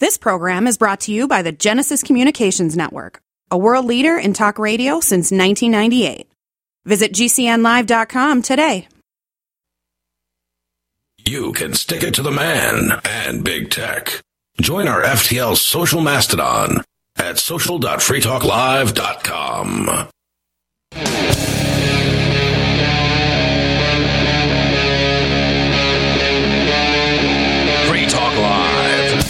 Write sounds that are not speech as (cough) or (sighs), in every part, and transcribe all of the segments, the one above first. This program is brought to you by the Genesis Communications Network, a world leader in talk radio since 1998. Visit GCNlive.com today. You can stick it to the man and big tech. Join our FTL social mastodon at social.freetalklive.com. Free Talk Live.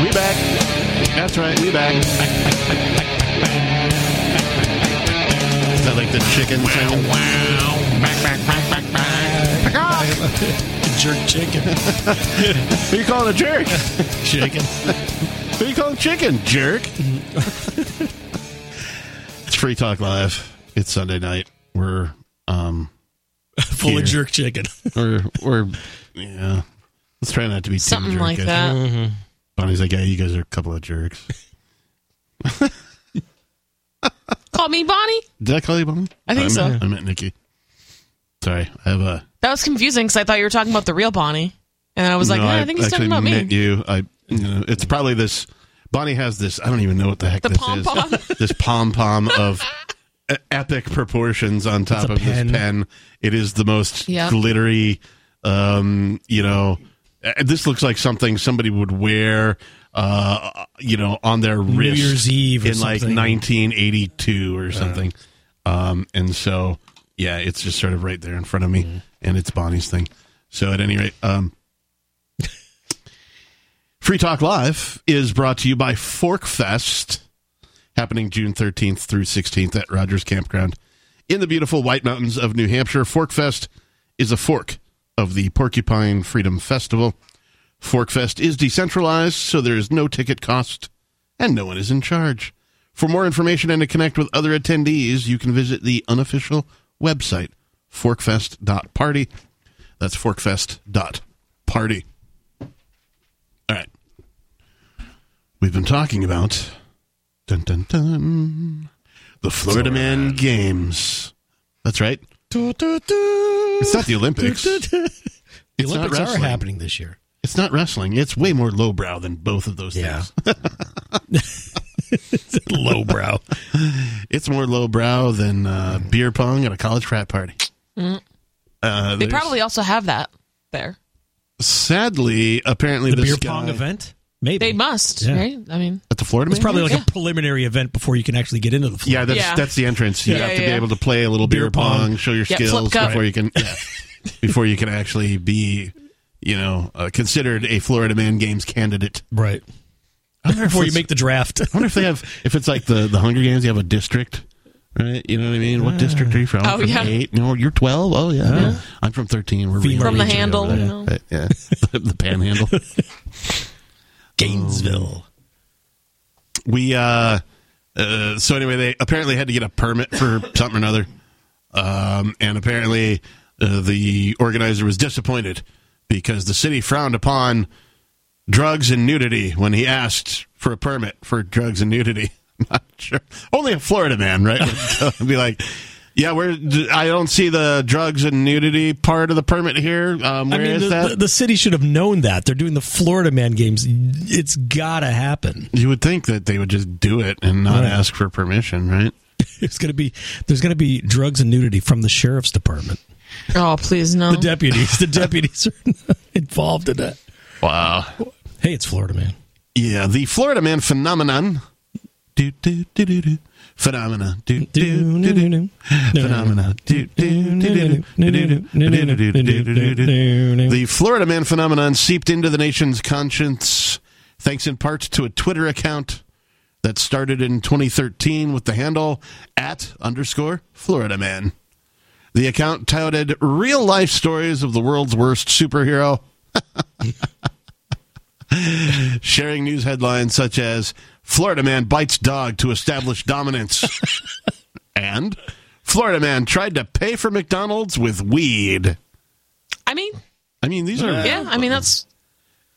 We're back. We back. That's right. We back. Is that like the chicken sound? Jerk (laughs) chicken. Who you calling a jerk? Chicken. Who you calling chicken? Jerk. it's Free Talk Live. It's Sunday night. We're um Full Here. of jerk chicken. we're we're yeah. Let's try not to be too something like jerkish. that. Mm-hmm. Bonnie's like, yeah, you guys are a couple of jerks. Call me Bonnie. Did I call you Bonnie? I think I so. Meant, I meant Nikki. Sorry, I have a. That was confusing because I thought you were talking about the real Bonnie, and I was like, no, eh, I think he's talking actually about me. meant You, I. You know, it's probably this. Bonnie has this. I don't even know what the heck The this pom-pom. is. (laughs) This pom pom of e- epic proportions on top a of pen. this pen. It is the most Yeah. glittery. Um, you know, uh, this looks like something somebody would wear. Uh, you know, on their wrist Year's Eve or in like something. 1982 or something. Um, and so, yeah, it's just sort of right there in front of me, and it's Bonnie's thing. So, at any rate, um, Free Talk Live is brought to you by Forkfest, happening June 13th through 16th at Rogers Campground in the beautiful White Mountains of New Hampshire. Forkfest is a fork of the Porcupine Freedom Festival. Forkfest is decentralized, so there is no ticket cost and no one is in charge. For more information and to connect with other attendees, you can visit the unofficial website, forkfest.party. That's forkfest.party. All right. We've been talking about dun, dun, dun, the Florida Man Games. That's right. It's not the (laughs) Olympics. the It's not Olympics are wrestling. happening this year. It's not wrestling. It's way more lowbrow than both of those Yeah. things. (laughs) Lowbrow. It's more lowbrow than uh, beer pong at a college frat party. Uh, Mm. They there's- probably also have that there. sadly, apparently, The this beer guy- pong event? Maybe. They must, Yeah. right? I mean, at the Florida. It's Man probably Games? like Yeah. a preliminary event before you can actually get into the floor. yeah, that's Yeah. that's the entrance. You Yeah, have to yeah, be yeah. able to play a little beer, Beer pong, pong. show your Yeah, flip skills cup. before you can yeah, (laughs) before you can actually be you know uh, considered a Florida Man Games candidate. Right. I wonder if Before you it's- make the draft. I wonder if they have if it's like the the Hunger Games. You have a district, right? You know what I mean? What district are you from? Oh, from yeah. Eight? No, you're twelve. Oh yeah, I'm from thirteen. We're Female really From the reaching handle, over there. you know. Right, yeah, (laughs) the, the (laughs) Panhandle. Um, Gainesville. We uh, uh, so anyway, they apparently had to get a permit (laughs) for something or another, um, and apparently uh, the organizer was disappointed because the city frowned upon drugs and nudity when he asked for a permit for drugs and nudity. (laughs) Not sure. Only a Florida (laughs) man, right? Would go and be like, yeah, we're. I don't see the drugs and nudity part of the permit here. Um, I where is mean, the, that? the, the city should have known that. They're doing the Florida Man games. It's got to happen. you would think that they would just do it and not Right. ask for permission, right? It's going to be (laughs) there's going to be drugs and nudity from the sheriff's department. oh please no. The deputies, the deputies are (laughs) involved in that. Wow. Hey, it's Florida Man. Yeah, the Florida Man phenomenon. Do, do, do, do, do. Phenomena. Do, do, do, do. Phenomena. Do, do, do, do, do. Do, do, do, do, do, do, do, do. The Florida Man phenomenon seeped into the nation's conscience thanks in part to a Twitter account that started in 2013 with the handle at underscore Florida Man. The account touted real life stories of the world's worst superhero (laughs) sharing news headlines such as Florida man bites dog to establish dominance (laughs) and Florida man tried to pay for McDonald's with weed. I mean, I mean, these are yeah. I mean that's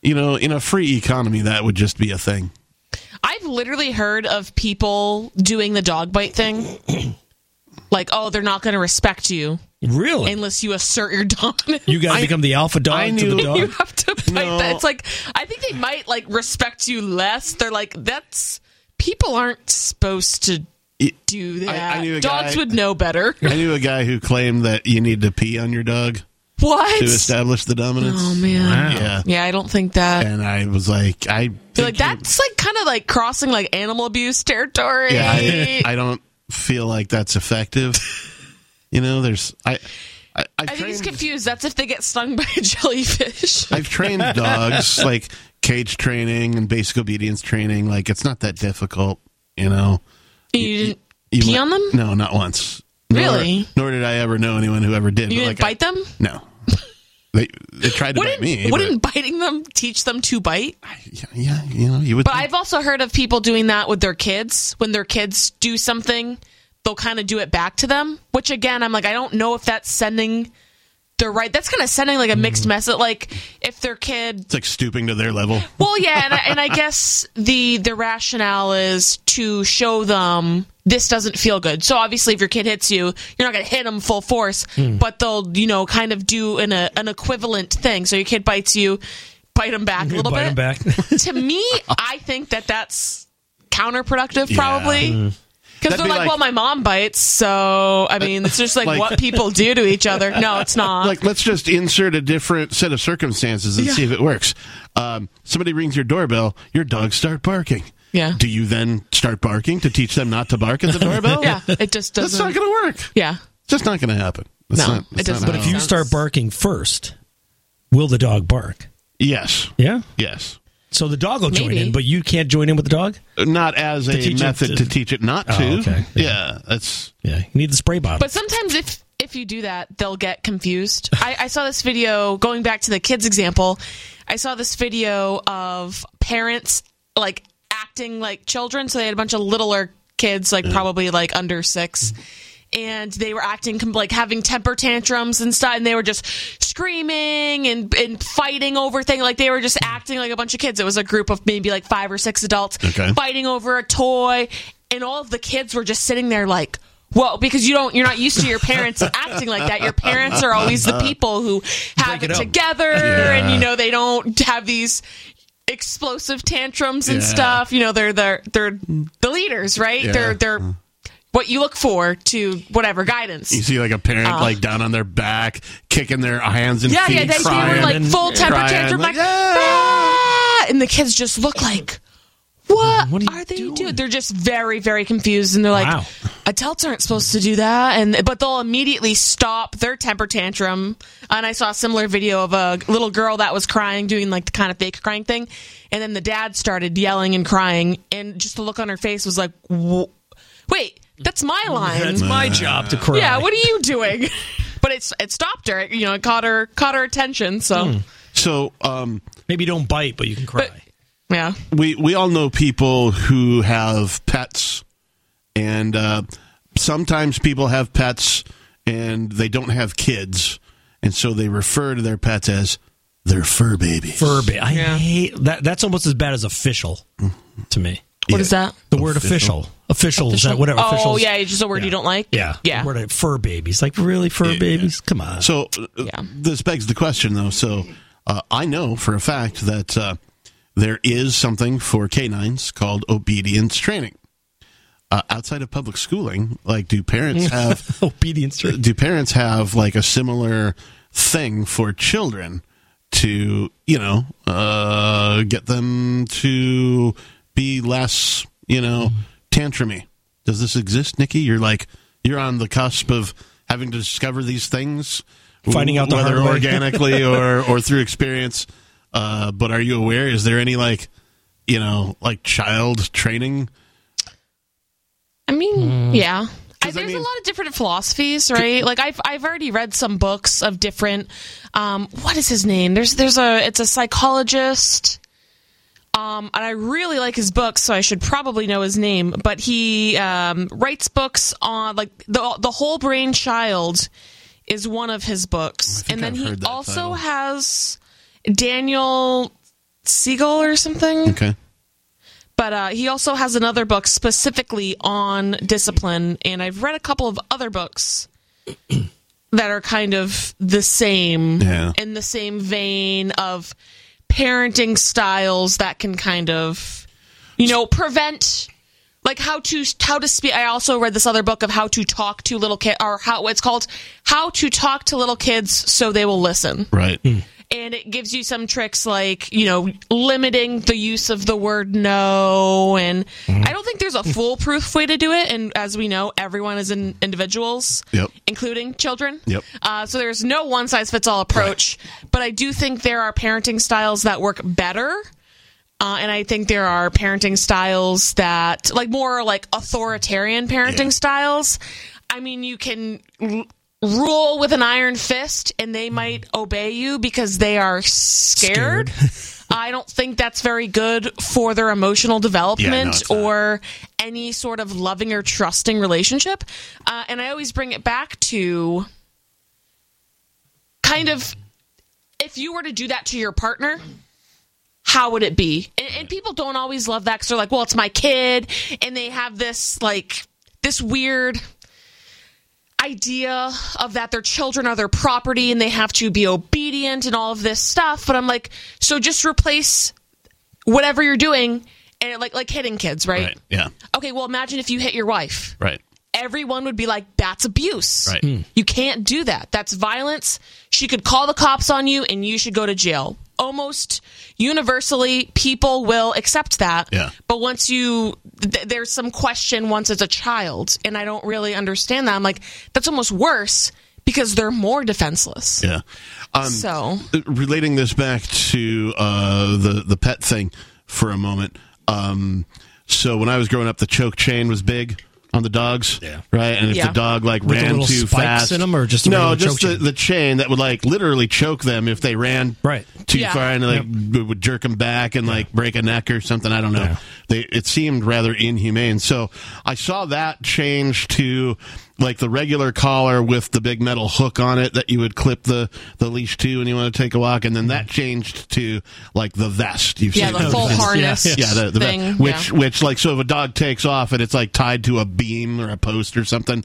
You know, in a free economy, that would just be a thing. (laughs) I've literally heard of people doing the dog bite thing. (clears throat) like, oh, they're not going to respect you Really? unless you assert your dominance. you (laughs) got to become the alpha dog I to the knew- you dog. have to bite No. that. It's (laughs) like I think they might like respect you less. They're like that's people aren't supposed to It- do I- I that. knew a Dogs guy- would know (laughs) better. I knew a guy who claimed that you need to pee on your dog to what? establish the dominance. Oh man. Yeah. Yeah, I don't think that. And I was like, I You're think like you- that's like kind of like crossing like animal abuse territory. Yeah, (laughs) I, I don't feel like that's effective. you know, there's I I, I've I think he's trained- confused. That's if they get stung by a jellyfish. I've trained dogs like cage training and basic obedience training. Like it's not that difficult, you know. you didn't You pee let- on them? No, not once. Really? Nor, nor did I ever know anyone who ever did. You but, didn't like, I- bite them? No. They they tried to Wouldn't, bite me. but- wouldn't biting them teach them to bite? yeah, yeah, you know, you would. But think- I've also heard of people doing that with their kids. When their kids do something, they'll kind of do it back to them. Which again, I'm like, I don't know if that's sending the right. That's kind of sending like a mixed message. Like if their kid, it's like stooping to their level. well, yeah, and I, and I guess the the rationale is to show them this doesn't feel good. So obviously, if your kid hits you, you're not going to hit them full force, but they'll you know kind of do an a, an equivalent thing. So your kid bites you, bite them back (laughs) a little Bite bit him back. to me, I think that that's counterproductive, Yeah. (laughs) Mm. Mm. probably. Because That'd they're be like, like- well, my mom bites, so I mean, it's just like, (laughs) Like- what people do to (laughs) each other. No, it's not. (laughs) like let's just insert a different set of circumstances and see if it works. Um, somebody rings your doorbell, your dogs start barking. Yeah. Do you then start barking to teach them not to (laughs) bark at the doorbell? yeah, it just That's doesn't. not going to work. It's yeah, just not going to happen. That's No, not, it that's doesn't. not But how- if you start barking first, will the dog bark? yes, Yeah. yes, So the dog will join Maybe. in, but you can't join in with the dog? not as a teach it method to- to, teach it not to. okay. Yeah. that's Yeah. You need the spray bottle. but sometimes if if you do that, they'll get confused. I, I saw this video going back to the kids example. I saw this video of parents like acting like children, so they had a bunch of littler kids, Mm. like probably like under six. and they were acting com- like having temper tantrums and stuff and they were just screaming and, and fighting over things like they were just acting like a bunch of kids it was a group of maybe like five or six adults Okay. fighting over a toy and all of the kids were just sitting there like well, because you don't, you're not used to your parents acting like that. Your parents are always the people who have Break it it, up. together, and you know they don't have these explosive tantrums and Yeah. stuff. You know they're they're they're the leaders, right? Yeah. They're they're what you look for to whatever guidance. you see like a parent like down on their back, kicking their hands and Uh, Yeah, feet, yeah, they, they crying, were like and full temper crying, tantrum, like, like, "Yeah!" "Ah!" and the kids just look like, what, What are are, you they doing?" doing? They're just very, very confused, and they're like, Wow. adults aren't supposed to do that, and but they'll immediately stop their temper tantrum. And I saw a similar video of a little girl that was crying, doing like the kind of fake crying thing, and then the dad started yelling and crying, and just the look on her face was like, "Wh- wait, that's my line. That's my job to cry. Yeah, what are you (laughs) doing? but it's it stopped her. You know, it caught her caught her attention. So Hmm. So, um, Maybe you don't bite, but you can cry. yeah, we we all know people who have pets, and uh, sometimes people have pets and they don't have kids, and so they refer to their pets as their fur babies. Fur bit. I Yeah. hate that. That's almost as bad as official to me. what is that? The word official. Official is that whatever. oh officials. yeah, it's just a word you don't like. Yeah. yeah. The word, uh, fur babies. Like, really, fur babies? Come on. So uh, Yeah. this begs the question, though. So uh, I know for a fact that uh, there is something for canines called obedience training. Uh, outside of public schooling, like (laughs) do parents have Obedience to do parents have like a similar thing for children to you know uh, get them to be less you know Mm-hmm. tantrumy does this exist nikki you're like you're on the cusp of having to discover these things Finding out the whether hard way. (laughs) organically or or through experience uh, but are you aware is there any like you know like child training I mean, yeah. I, Hmm. 'Cause I there's mean- a lot of different philosophies, right? Like I've I've already read some books of different. Um, what is his name? There's there's a it's a psychologist. Um, and I really like his books, so I should probably know his name. But he um, writes books on like the the whole brain child is one of his books, think and then I've he heard that also title. has Daniel Siegel or something. Okay. But uh, he also has another book specifically on discipline, and I've read a couple of other books that are kind of the same Yeah. in the same vein of parenting styles that can kind of, you know, prevent like how to how to speak. I also read this other book of how to talk to little kids, or how it's called how to talk to little kids so they will listen Right. and it gives you some tricks like you know limiting the use of the word no and i don't think there's a foolproof way to do it and as we know everyone is in individuals Yep. including children Yep. uh, so there's no one size fits all approach but i do think there are parenting styles that work better uh, and I think there are parenting styles that, like more like authoritarian parenting styles. I mean, you can r- rule with an iron fist, and they might obey you because they are scared. I don't think that's very good for their emotional development it's not. or any sort of loving or trusting relationship. Uh, and I always bring it back to kind of if you were to do that to your partner, how would it be? And, and people don't always love that because they're like, well, it's my kid, and they have this like this weird idea of that their children are their property and they have to be obedient and all of this stuff. But I'm like, so just replace whatever you're doing and like like hitting kids, right? Right. Yeah. Okay, well, imagine if you hit your wife. Right. Everyone would be like, that's abuse. Right. Mm. You can't do that. That's violence. She could call the cops on you and you should go to jail. Almost universally, people will accept that. Yeah. But once you, th- there's some question once it's a child, and I don't really understand that. I'm like, that's almost worse because they're more defenseless. Yeah. Um, So, relating this back to uh, the the pet thing for a moment. Um, so when I was growing up, the choke chain was big on the dogs, Yeah. right? And if Yeah. the dog like the ran little too spikes fast, in 'em or just a no, regular just choke the, chain? the chain that would like literally choke them if they ran Right. too Yeah. far and like it would jerk them back and like break a neck or something. I don't know. They it seemed rather inhumane. So I saw that change to like the regular collar with the big metal hook on it that you would clip the the leash to when you want to take a walk, and then that changed to like the vest. You've yeah, seen the full vest. harness. Yeah, (laughs) Yeah, the, the thing. vest, which yeah. which like so if a dog takes off and it's like tied to a beam or a post or something,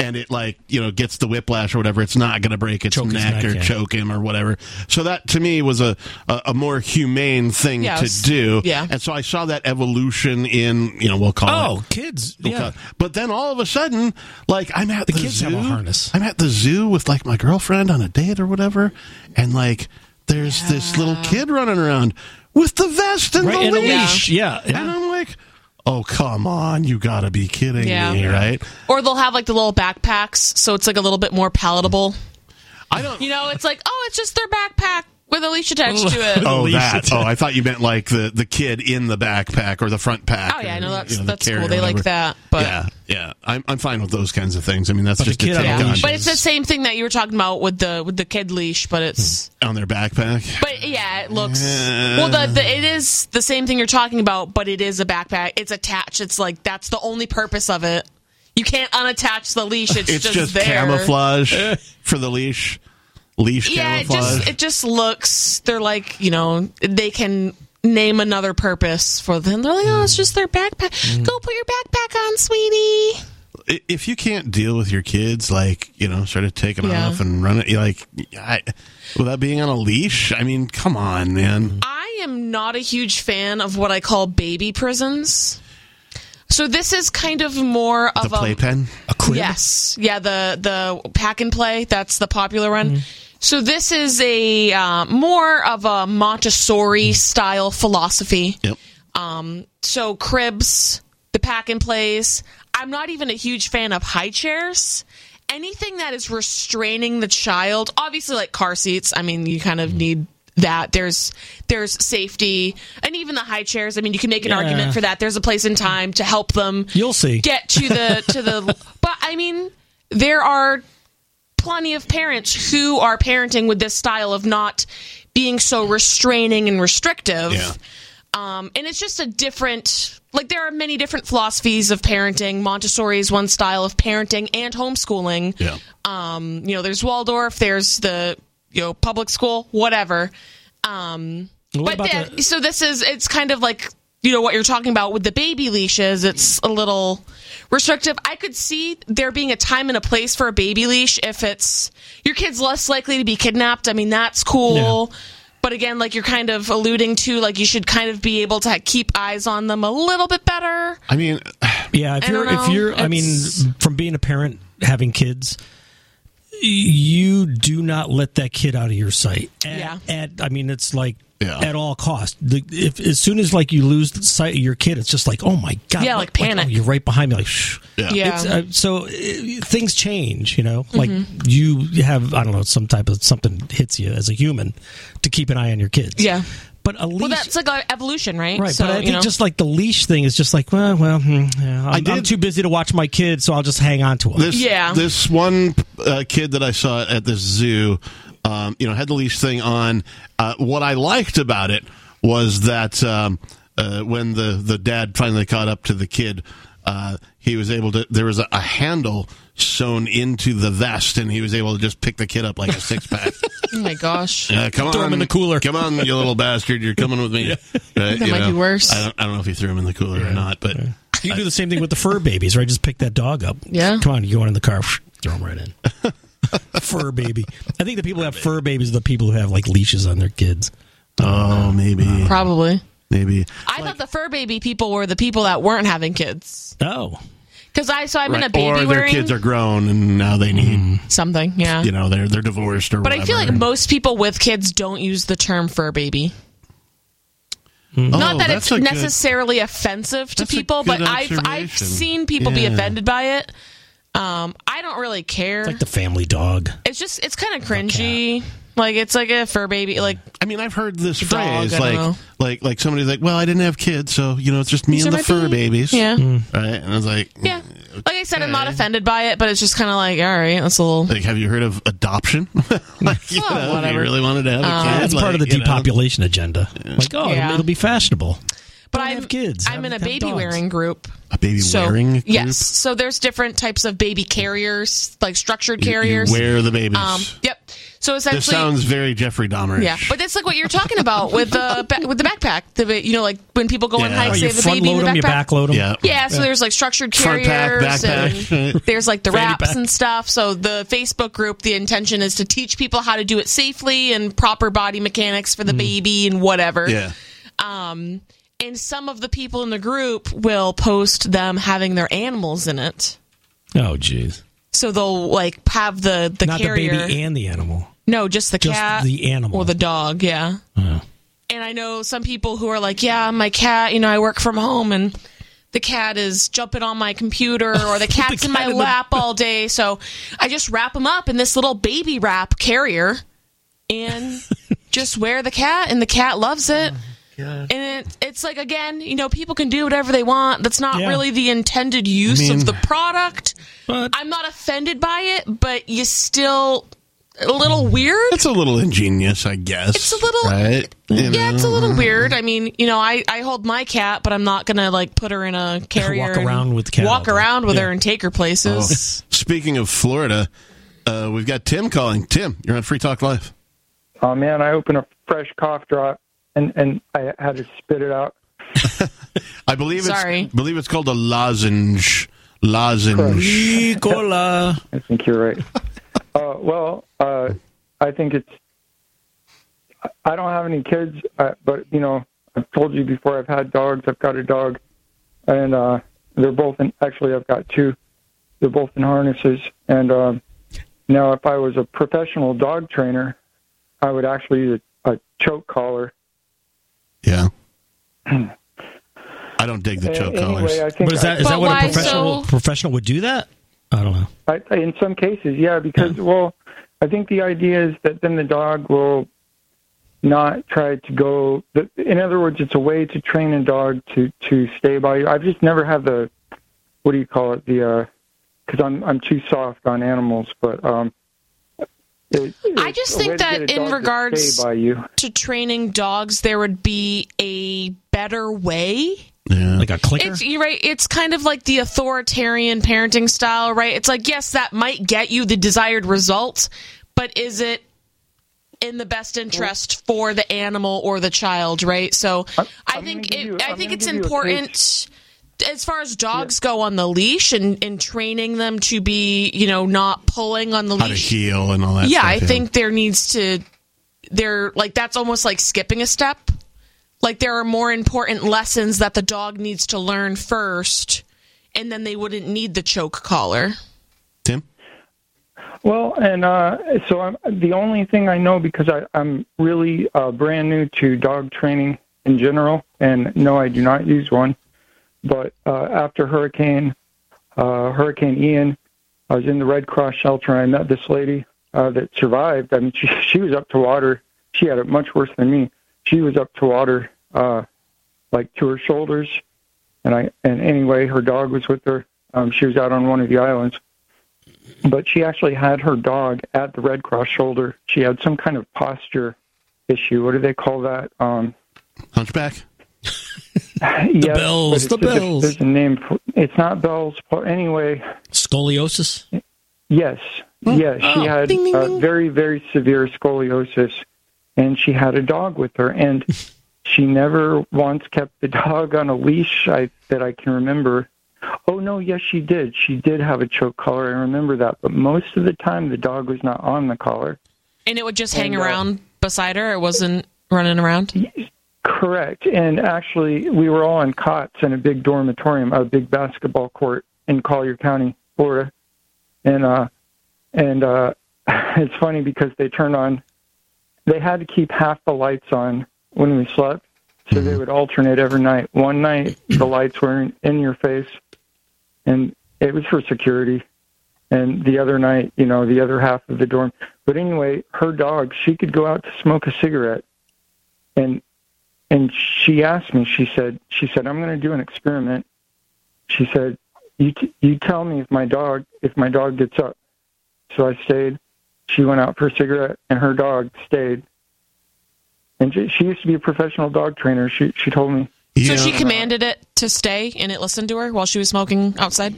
and it like you know gets the whiplash or whatever, it's not going to break its Choke his neck, neck, or yeah. choke him or whatever. So that to me was a a, a more humane thing Yeah, to it's- do. yeah. and so I saw that evolution in you know we'll call it Oh, kids. We'll Yeah. call- But then all of a sudden, like I'm at the, kids zoo. have a harness. I'm at the zoo with like my girlfriend on a date or whatever, and like there's this little kid running around with the vest and Right. the And a leash. leash. Yeah. And yeah. I'm like, oh come on, you gotta be kidding Yeah. me, (laughs) right? Or they'll have like the little backpacks, so it's like a little bit more palatable. I don't. You know, it's like, oh, it's just their backpack with a leash attached to it. Oh, leash. that. Oh, I thought you meant like the, the kid in the backpack or the front pack. Oh yeah, or, I know that's you the that's carry cool. or They like whatever. that, but yeah, yeah. I'm, I'm fine with those kinds of things. I mean, that's But a just a kid on a take Yeah. on, leash. But it's the same thing that you were talking about with the with the kid leash, but it's on their backpack. but yeah, it looks well. The, the it is the same thing you're talking about, but it is a backpack. It's attached. It's like that's the only purpose of it. You can't unattach the leash. It's, it's just, there. (laughs) camouflage for the leash. Leash Yeah, it camouflage. just it just looks. They're like you know they can name another purpose for them. They're like oh, it's just their backpack. Mm. Go put your backpack on, sweetie. I- if you can't deal with your kids, like you know, sort of taking Yeah. off and running, you're like I, without being on a leash. I mean, come on, man. I am not a huge fan of what I call baby prisons. So this is kind of more The of a playpen. a crib. yes, yeah the the pack and play that's the popular one. Mm-hmm. So this is a uh, more of a Montessori style philosophy. Um, Yep. So cribs, the pack and plays. I'm not even a huge fan of high chairs. Anything that is restraining the child, obviously like car seats, I mean you kind Mm-hmm. of need that. There's there's safety and even the high chairs. I mean you can make an Yeah. argument for that. There's a place in time to help them You'll see. get to the to the (laughs) but I mean there are plenty of parents who are parenting with this style of not being so restraining and restrictive. Yeah. Um, and it's just a different, like, there are many different philosophies of parenting. Montessori is one style of parenting and homeschooling. Yeah. Um, you know, there's Waldorf, there's the, you know, public school, whatever. Um, What but about the- the, so this is it's kind of like you know what you're talking about with the baby leashes. It's a little restrictive. I could see there being a time and a place for a baby leash if it's your kid's less likely to be kidnapped. I mean, that's cool. But again, like you're kind of alluding to, like you should kind of be able to keep eyes on them a little bit better. I mean, (sighs) yeah? If I you're, don't if know. you're, I mean, It's- from being a parent, having kids, y- you do not let that kid out of your sight. At, Yeah. At, I mean, it's like Yeah. at all cost. The, if as soon as like you lose the sight of your kid, it's just like, oh my god, Yeah, like panic. oh, you're right behind me, like shh. yeah. Yeah. Mm-hmm. It's, uh, so uh, things change, you know. Like you have, I don't know, some type of something hits you as a human to keep an eye on your kids. Yeah. but a leash, Well, that's like a evolution, right? right? So but I you think know. just like the leash thing is just like, well, well, hmm, yeah, I'm, I did- am too busy to watch my kids, so I'll just hang on to them. This, Yeah. This one uh, kid that I saw at this zoo, um, you know, had the leash thing on. Uh, what I liked about it was that um, uh, when the, the dad finally caught up to the kid, uh, he was able to, there was a, a handle sewn into the vest, and he was able to just pick the kid up like a (laughs) six pack. (laughs) oh my gosh. Uh, come Throw on, 'em in the cooler. Come on, you little bastard! You're coming with me. Right, That you might be worse. I don't, I don't know if he threw him in the cooler or not, but you can do the same thing with the fur babies, right? Just pick that dog up. Yeah. come on, you going in the car, (sniffs) throw them right in. (laughs) fur baby. I think the people who have fur babies are the people who have like leashes on their kids. Uh, oh, maybe, Probably. maybe. I thought the fur baby people were the people that weren't having kids. Oh, Because I saw I'm in a Right, baby or their wearing kids are grown and now they need Mm. something. Yeah. you know they're they're divorced or But I whatever. feel like most people with kids don't use the term fur baby. Oh, Not that that's it's a good- necessarily offensive to That's a people, good but I've I've observation. seen people be Yeah. offended by it. Um, I don't really care. it's like the family dog. it's just it's kind of cringy. Like it's like a fur baby. Like I mean I've heard this dog, I Oh, phrase don't like know. like like somebody's like well I didn't have kids so you know it's just me these and are the my fur babies. babies Yeah. right and I was like Yeah. Like I said, I'm not Okay. offended by it, but it's just kind of like, all right, that's a little. like have you heard of adoption like (laughs) you, Oh, know, if you (laughs) whatever. Um, really wanted to have a kid That's like, part of the you know. depopulation agenda. Like, oh, Yeah. it'll, it'll be fashionable. But Don't I'm have kids. I'm Have- in a have baby dogs. wearing group. a baby So wearing group? yes, so there's different types of baby carriers, like structured You- carriers. you wear the babies um, yep. So essentially, this sounds very Jeffrey Dahmer Yeah, but that's like what you're talking (laughs) about with the ba- with the backpack. The ba- you know, like when people go on Yeah. Oh, hikes, you they have a front baby in load the them, backpack. you back load them. yeah Yeah, so there's like structured Front carriers. pack, backpack. (laughs) And there's like the Fanny wraps pack. and stuff. So the Facebook group, the intention is to teach people how to do it safely and proper body mechanics for the baby and whatever. Mm. yeah Um, and some of the people in the group will post them having their animals in it. Oh, jeez. So they'll like have the the Not carrier. the baby and the animal. no, just the Just cat. the animal. or the dog. Yeah. And I know some people who are like, yeah, my cat, you know, I work from home and the cat is jumping on my (laughs) computer or the cat's in my cat in the- lap all day. So I just wrap him up in this little baby wrap carrier and (laughs) just wear the cat and the cat loves Oh it. And it, it's like, again, you know, people can do whatever they want. That's not Yeah. really the intended use mean- of the product. But I'm not offended by it, but you still a little weird. it's a little ingenious I guess It's a little- right You Yeah, know? it's a Mm-hmm. little weird. I mean, you know, I, I hold my cat, but I'm not gonna like put her in a carrier. Walk and around with the cat all Walk day. around with Yeah. her and take her places. Oh. Speaking of Florida, uh, we've got Tim calling. Tim, you're on Free Talk Live. Oh man, I opened a fresh cough drop and and I had to spit it out. I believe Sorry. it's believe it's called a lozenge. Lozenge. Nicola. I think you're right. uh, well, uh, I think it's. I- I don't have any kids, uh, but you know, I've told you before. I've had dogs. I've got a dog, and uh, they're both in. Actually, I've got two. They're both in harnesses, and um, now if I was a professional dog trainer, I would actually use a, a choke collar. Yeah. I don't dig the A- choke anyway, collars. I think But is I- that is that But what why a professional so- professional would do that? I don't know. I, in some cases, yeah, because well, I think the idea is that then the dog will not try to go. th- In other words, it's a way to train a dog to to stay by you. I've just never had the what do you call it the because I'm I'm too soft on animals, but um, it, Oh. I it's just a think way to that get a in dog to regards- stay by you. to training dogs, there would be a better way. yeah. Like a clicker. It's you're right. It's kind of like the authoritarian parenting style, right? It's like yes, that might get you the desired result, but is it in the best interest for the animal or the child, right? So I'm- I I'm think gonna it, give you- I I'm think gonna it's give you a important as far as dogs go on the leash and, and training them to be, you know, not pulling on the How to leash. heal and all that. yeah, stuff, I think there needs to there like that's almost like skipping a step. Like there are more important lessons that the dog needs to learn first and then they wouldn't need the choke collar. Tim. Well, and uh, so I'm, the only thing I know because I, I'm really uh, brand new to dog training in general, and no, I do not use one. But uh, after Hurricane uh, Hurricane Ian, I was in the Red Cross shelter. and I met this lady uh, that survived. I mean, (laughs) she, she was up to water. She had it much worse than me. She was up to water, uh, like to her shoulders, and I and anyway, her dog was with her. Um, she was out on one of the islands but she actually had her dog at the Red Cross shoulder. She had some kind of posture issue. What do they call that? Um, Hunchback. yes, but bells, it's the a diff- bells. There's a name. For, it's not bells. But anyway, Scoliosis. Oh. yes, yes, she had Ding, ding, uh, ding. very, very severe scoliosis, and she had a dog with (laughs) her, and she never once kept the dog on a leash I, that I can remember. Oh no, yes, she did. She did have a choke collar. I remember that. But most of the time, the dog was not on the collar. And it would just hang And, uh, around beside her. It wasn't running around. Correct. And actually, we were all in cots in a big dormitorium, a big basketball court in Collier County, Florida. And uh, and uh, (laughs) it's funny because they turned on, they had to keep half the lights on when we slept, so they would alternate every night. One night the lights were in, in your face, and it was for security. And the other night, you know, the other half of the dorm. But anyway, her dog, she could go out to smoke a cigarette, and and she asked me she said she said i'm going to do an experiment she said you t- you tell me if my dog if my dog gets up so i stayed she went out for a cigarette and her dog stayed and she, she used to be a professional dog trainer she she told me So Yeah. she commanded it to stay and it listened to her while she was smoking outside?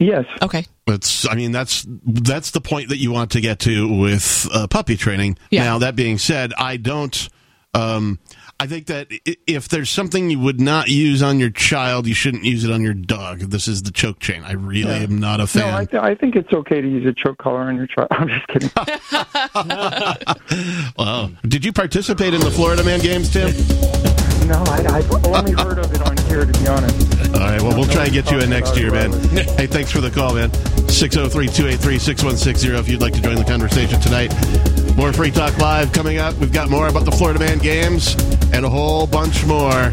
yes Okay. It's, I mean, that's that's the point that you want to get to with uh, puppy training. Yeah. Now, that being said, I don't. Um, I think that i- if there's something you would not use on your child, you shouldn't use it on your dog. This is the choke chain. I really am not a no fan. I, th- I think it's okay to use a choke collar on your child (laughs) i'm just kidding Wow. Did you participate in the Florida Man games, Tim? no I, i've only heard of it on here to be honest All right. Well, we'll try and get you in next year, man. Hey, thanks for the call, man. 603 283 6160 if you'd like to join the conversation tonight. More Free Talk Live coming up. We've got more about the Florida Man games and a whole bunch more.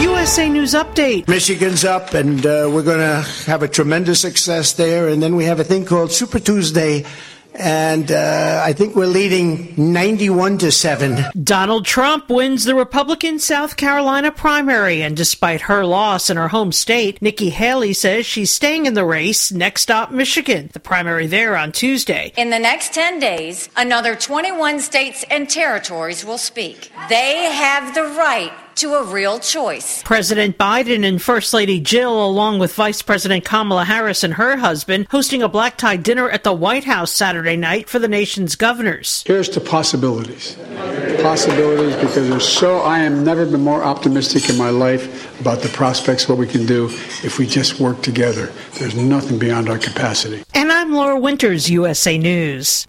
USA News Update. Michigan's up, and uh, we're going to have a tremendous success there. And then we have a thing called Super Tuesday, and uh, I think we're leading 91 to 7. Donald Trump wins the Republican South Carolina primary, and despite her loss in her home state, Nikki Haley says she's staying in the race. Next stop, Michigan. The primary there on Tuesday. In the next 10 days, another 21 states and territories will speak. They have the right to a real choice. President Biden and First Lady Jill, along with Vice President Kamala Harris and her husband, hosting a black tie dinner at the White House Saturday night for the nation's governors. Here's to possibilities. Possibilities because there's so, I have never been more optimistic in my life about the prospects, what we can do if we just work together. There's nothing beyond our capacity. And I'm Laura Winters, USA News.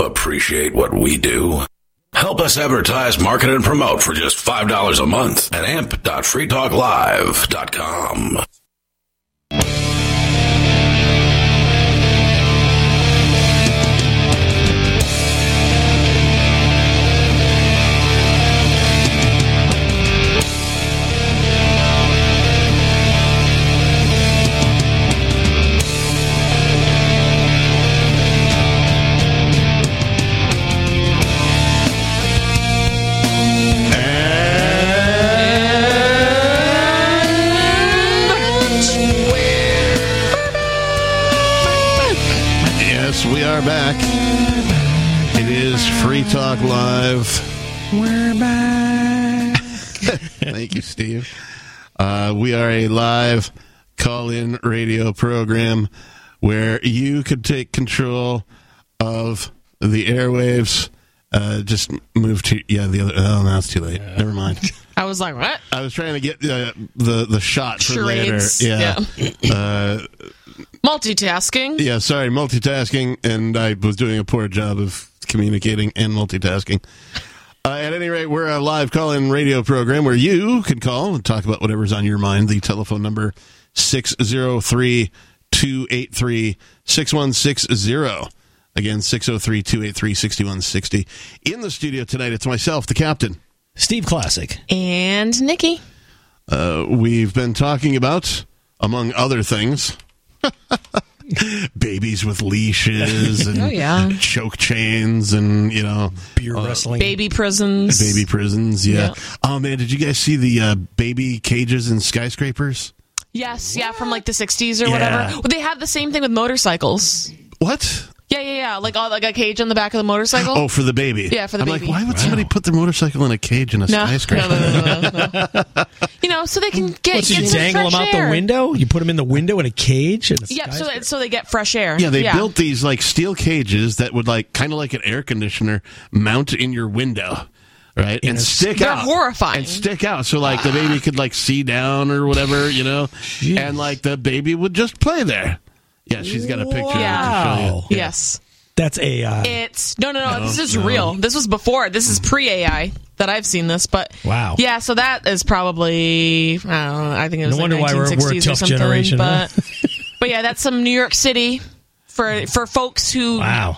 Appreciate what we do? Help us advertise, market, and promote for just $5 a month at amp.freetalklive.com. Yes, we are back. It is Free Talk Live. We're back. (laughs) Thank you, Steve. Uh, we are a live call in radio program where you could take control of the airwaves. Uh, just move to, yeah, the other. Oh, no, it's too late. Never mind. I was like, what? I was trying to get uh, the the shot for Charades. later. Yeah. Uh, Multitasking. yeah, sorry, multitasking, and I was doing a poor job of communicating and multitasking. Uh, at any rate, we're a live call-in radio program where you can call and talk about whatever's on your mind. The telephone number 603-283-6160. oh. Again, 603-283-6160. oh. In the studio tonight, it's myself, the captain. Steve Classic. And Nikki. Uh, we've been talking about, among other things, (laughs) babies with leashes and Oh, yeah. choke chains and, you know, beer Baby prisons. Baby prisons, yeah. Oh man, did you guys see the uh, baby cages and skyscrapers? Yes, yeah, from like the 60s or Yeah. whatever. Well, they had the same thing with motorcycles. What? Yeah, yeah, yeah. Like all, like a cage on the back of the motorcycle. Oh, for the baby. Yeah, for the I'm baby. like, why would somebody put their motorcycle in a cage in a No. skyscraper? (laughs) No, no, no, (laughs) no, no. you know, so they can get, What, get so you some dangle them fresh out air. the window? You put them in the window in a cage? And Yeah, so that, so they get fresh air. Yeah, they built these like steel cages that would like kind of like an air conditioner mount in your window, right? and stick They're out. horrifying. And stick out so like the baby could like see down or whatever, you know. and like the baby would just play there. Yeah, she's got a picture of it to show you. Yes. That's AI. It's no, no, no, No, This is no. real. This was before. This is pre AI that I've seen this. But Wow. yeah. So that is probably I don't know. I think it was No like wonder why we're- we're a 1960s or tough something. generation, huh? but but yeah, that's some New York City for for folks who wow.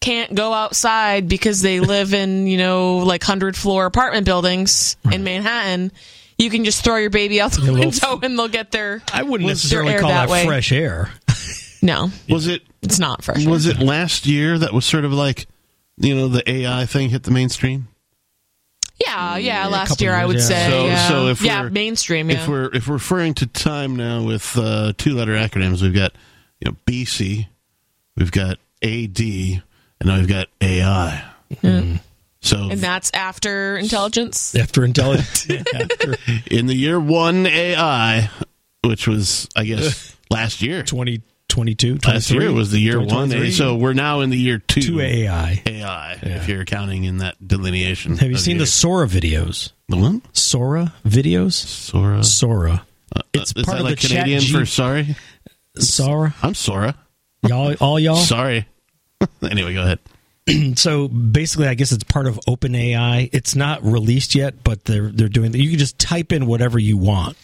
can't go outside because they live in you know like hundred floor apartment buildings in Manhattan. You can just throw your baby out the A little window (laughs) and they'll get their I wouldn't their necessarily air call that, way. fresh air. (laughs) No, Was it? It's not fresh. Was it last year that was sort of like, you know, the AI thing hit the mainstream? Yeah, yeah. a last couple year I would years, yeah. say. So- yeah. so if yeah, we're- mainstream. Yeah. If we're if we're referring to time now with uh, two letter acronyms, we've got you know BC, we've got AD, and now we've got AI. So and that's after intelligence. Hmm. after intelligence, (laughs) in the year one AI, which was (laughs) I guess last year, 2022, last year 23, was the year one. 2023. eh? So we're now in the year two. Two AI. AI. If you're counting in that delineation. Have you seen the Sora videos? The one Sora videos? Sora. Uh, Sora. It's part of like the chat Canadian G- for sorry. Sora. I'm Sora. Y'all, all y'all. Sorry. (laughs) anyway, go ahead. (clears throat) so basically, I guess it's part of OpenAI. It's not released yet, but they're they're doing. You can just type in whatever you want,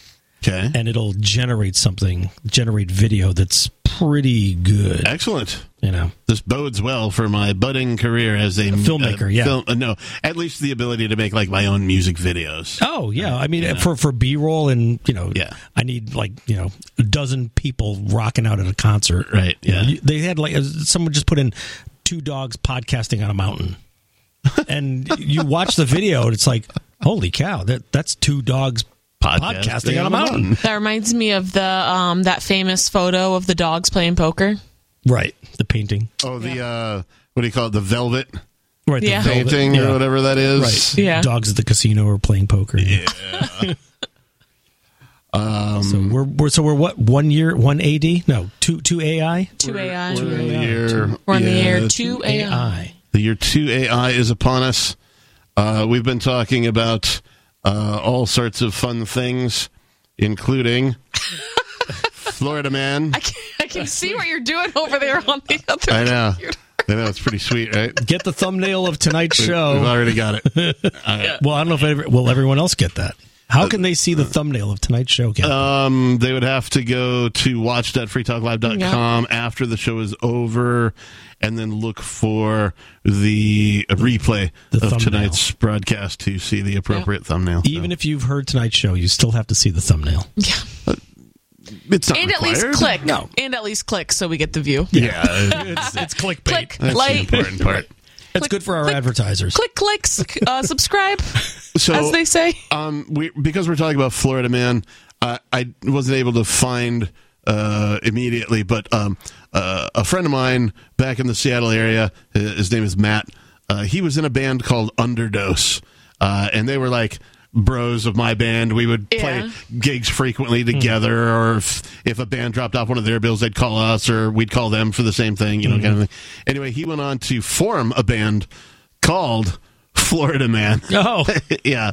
okay, and it'll generate something, generate video that's pretty good. Excellent. You know, This bodes well for my budding career as a, filmmaker, uh, yeah. uh, no, at least the ability to make like my own music videos. Oh yeah, I mean Yeah. for for B roll and you know, yeah. I need like you know a dozen people rocking out at a concert. Right. Yeah. they had like uh, someone just put in two dogs podcasting on a (laughs) mountain, and you watch the video and it's like, holy cow, that that's two dogs podcasting, on a mountain. That reminds me of the um that famous photo of the dogs playing poker. Right. The painting. Oh, the uh, what do you call it? The velvet. Right. the Yeah. velvet, Painting yeah. or whatever that is. Right. Dogs at the casino are playing poker. Yeah. (laughs) Um, so we're, we're so we're what one year one AD no two two AI Two AI. We're in the year. We're in the yeah, year two AI. The year two AI is upon us. Uh, we've been talking about uh, all sorts of fun things, (laughs) including Florida Man. I can, (laughs) I can see what you're doing over there on the other. I know. I know it's pretty sweet, right? Get the thumbnail of tonight's We- show. We've already got it. (laughs) Well, I don't know if every, will everyone else get that. Uh, How can they see the thumbnail of tonight's show? Ken? Um, they would have to go to watch.freetalklive.com after the show is over and then look for the replay of thumbnail. tonight's broadcast to see the appropriate thumbnail. Even if you've heard tonight's show, you still have to see the thumbnail. Yeah. Uh, It's and at least click. No. And at least click so we get the view. (laughs) Yeah, it's, it's clickbait. Click, That's the like, (laughs) important part. It's good for our advertisers. click, click, (laughs) s- uh, subscribe. So, as they say. Um, we because we're talking about Florida Man, I, I wasn't able to find uh, immediately, but um, uh, a friend of mine back in the Seattle area, hi- his name is Matt. Uh, he was in a band called Underdose, uh, and they were like bros of my band. We would play Yeah. gigs frequently together, or if, if a band dropped off one of their bills, they'd call us, or we'd call them for the same thing, you know, kind of thing. Anyway, he went on to form a band called Florida Man. (laughs) Oh, (laughs) yeah.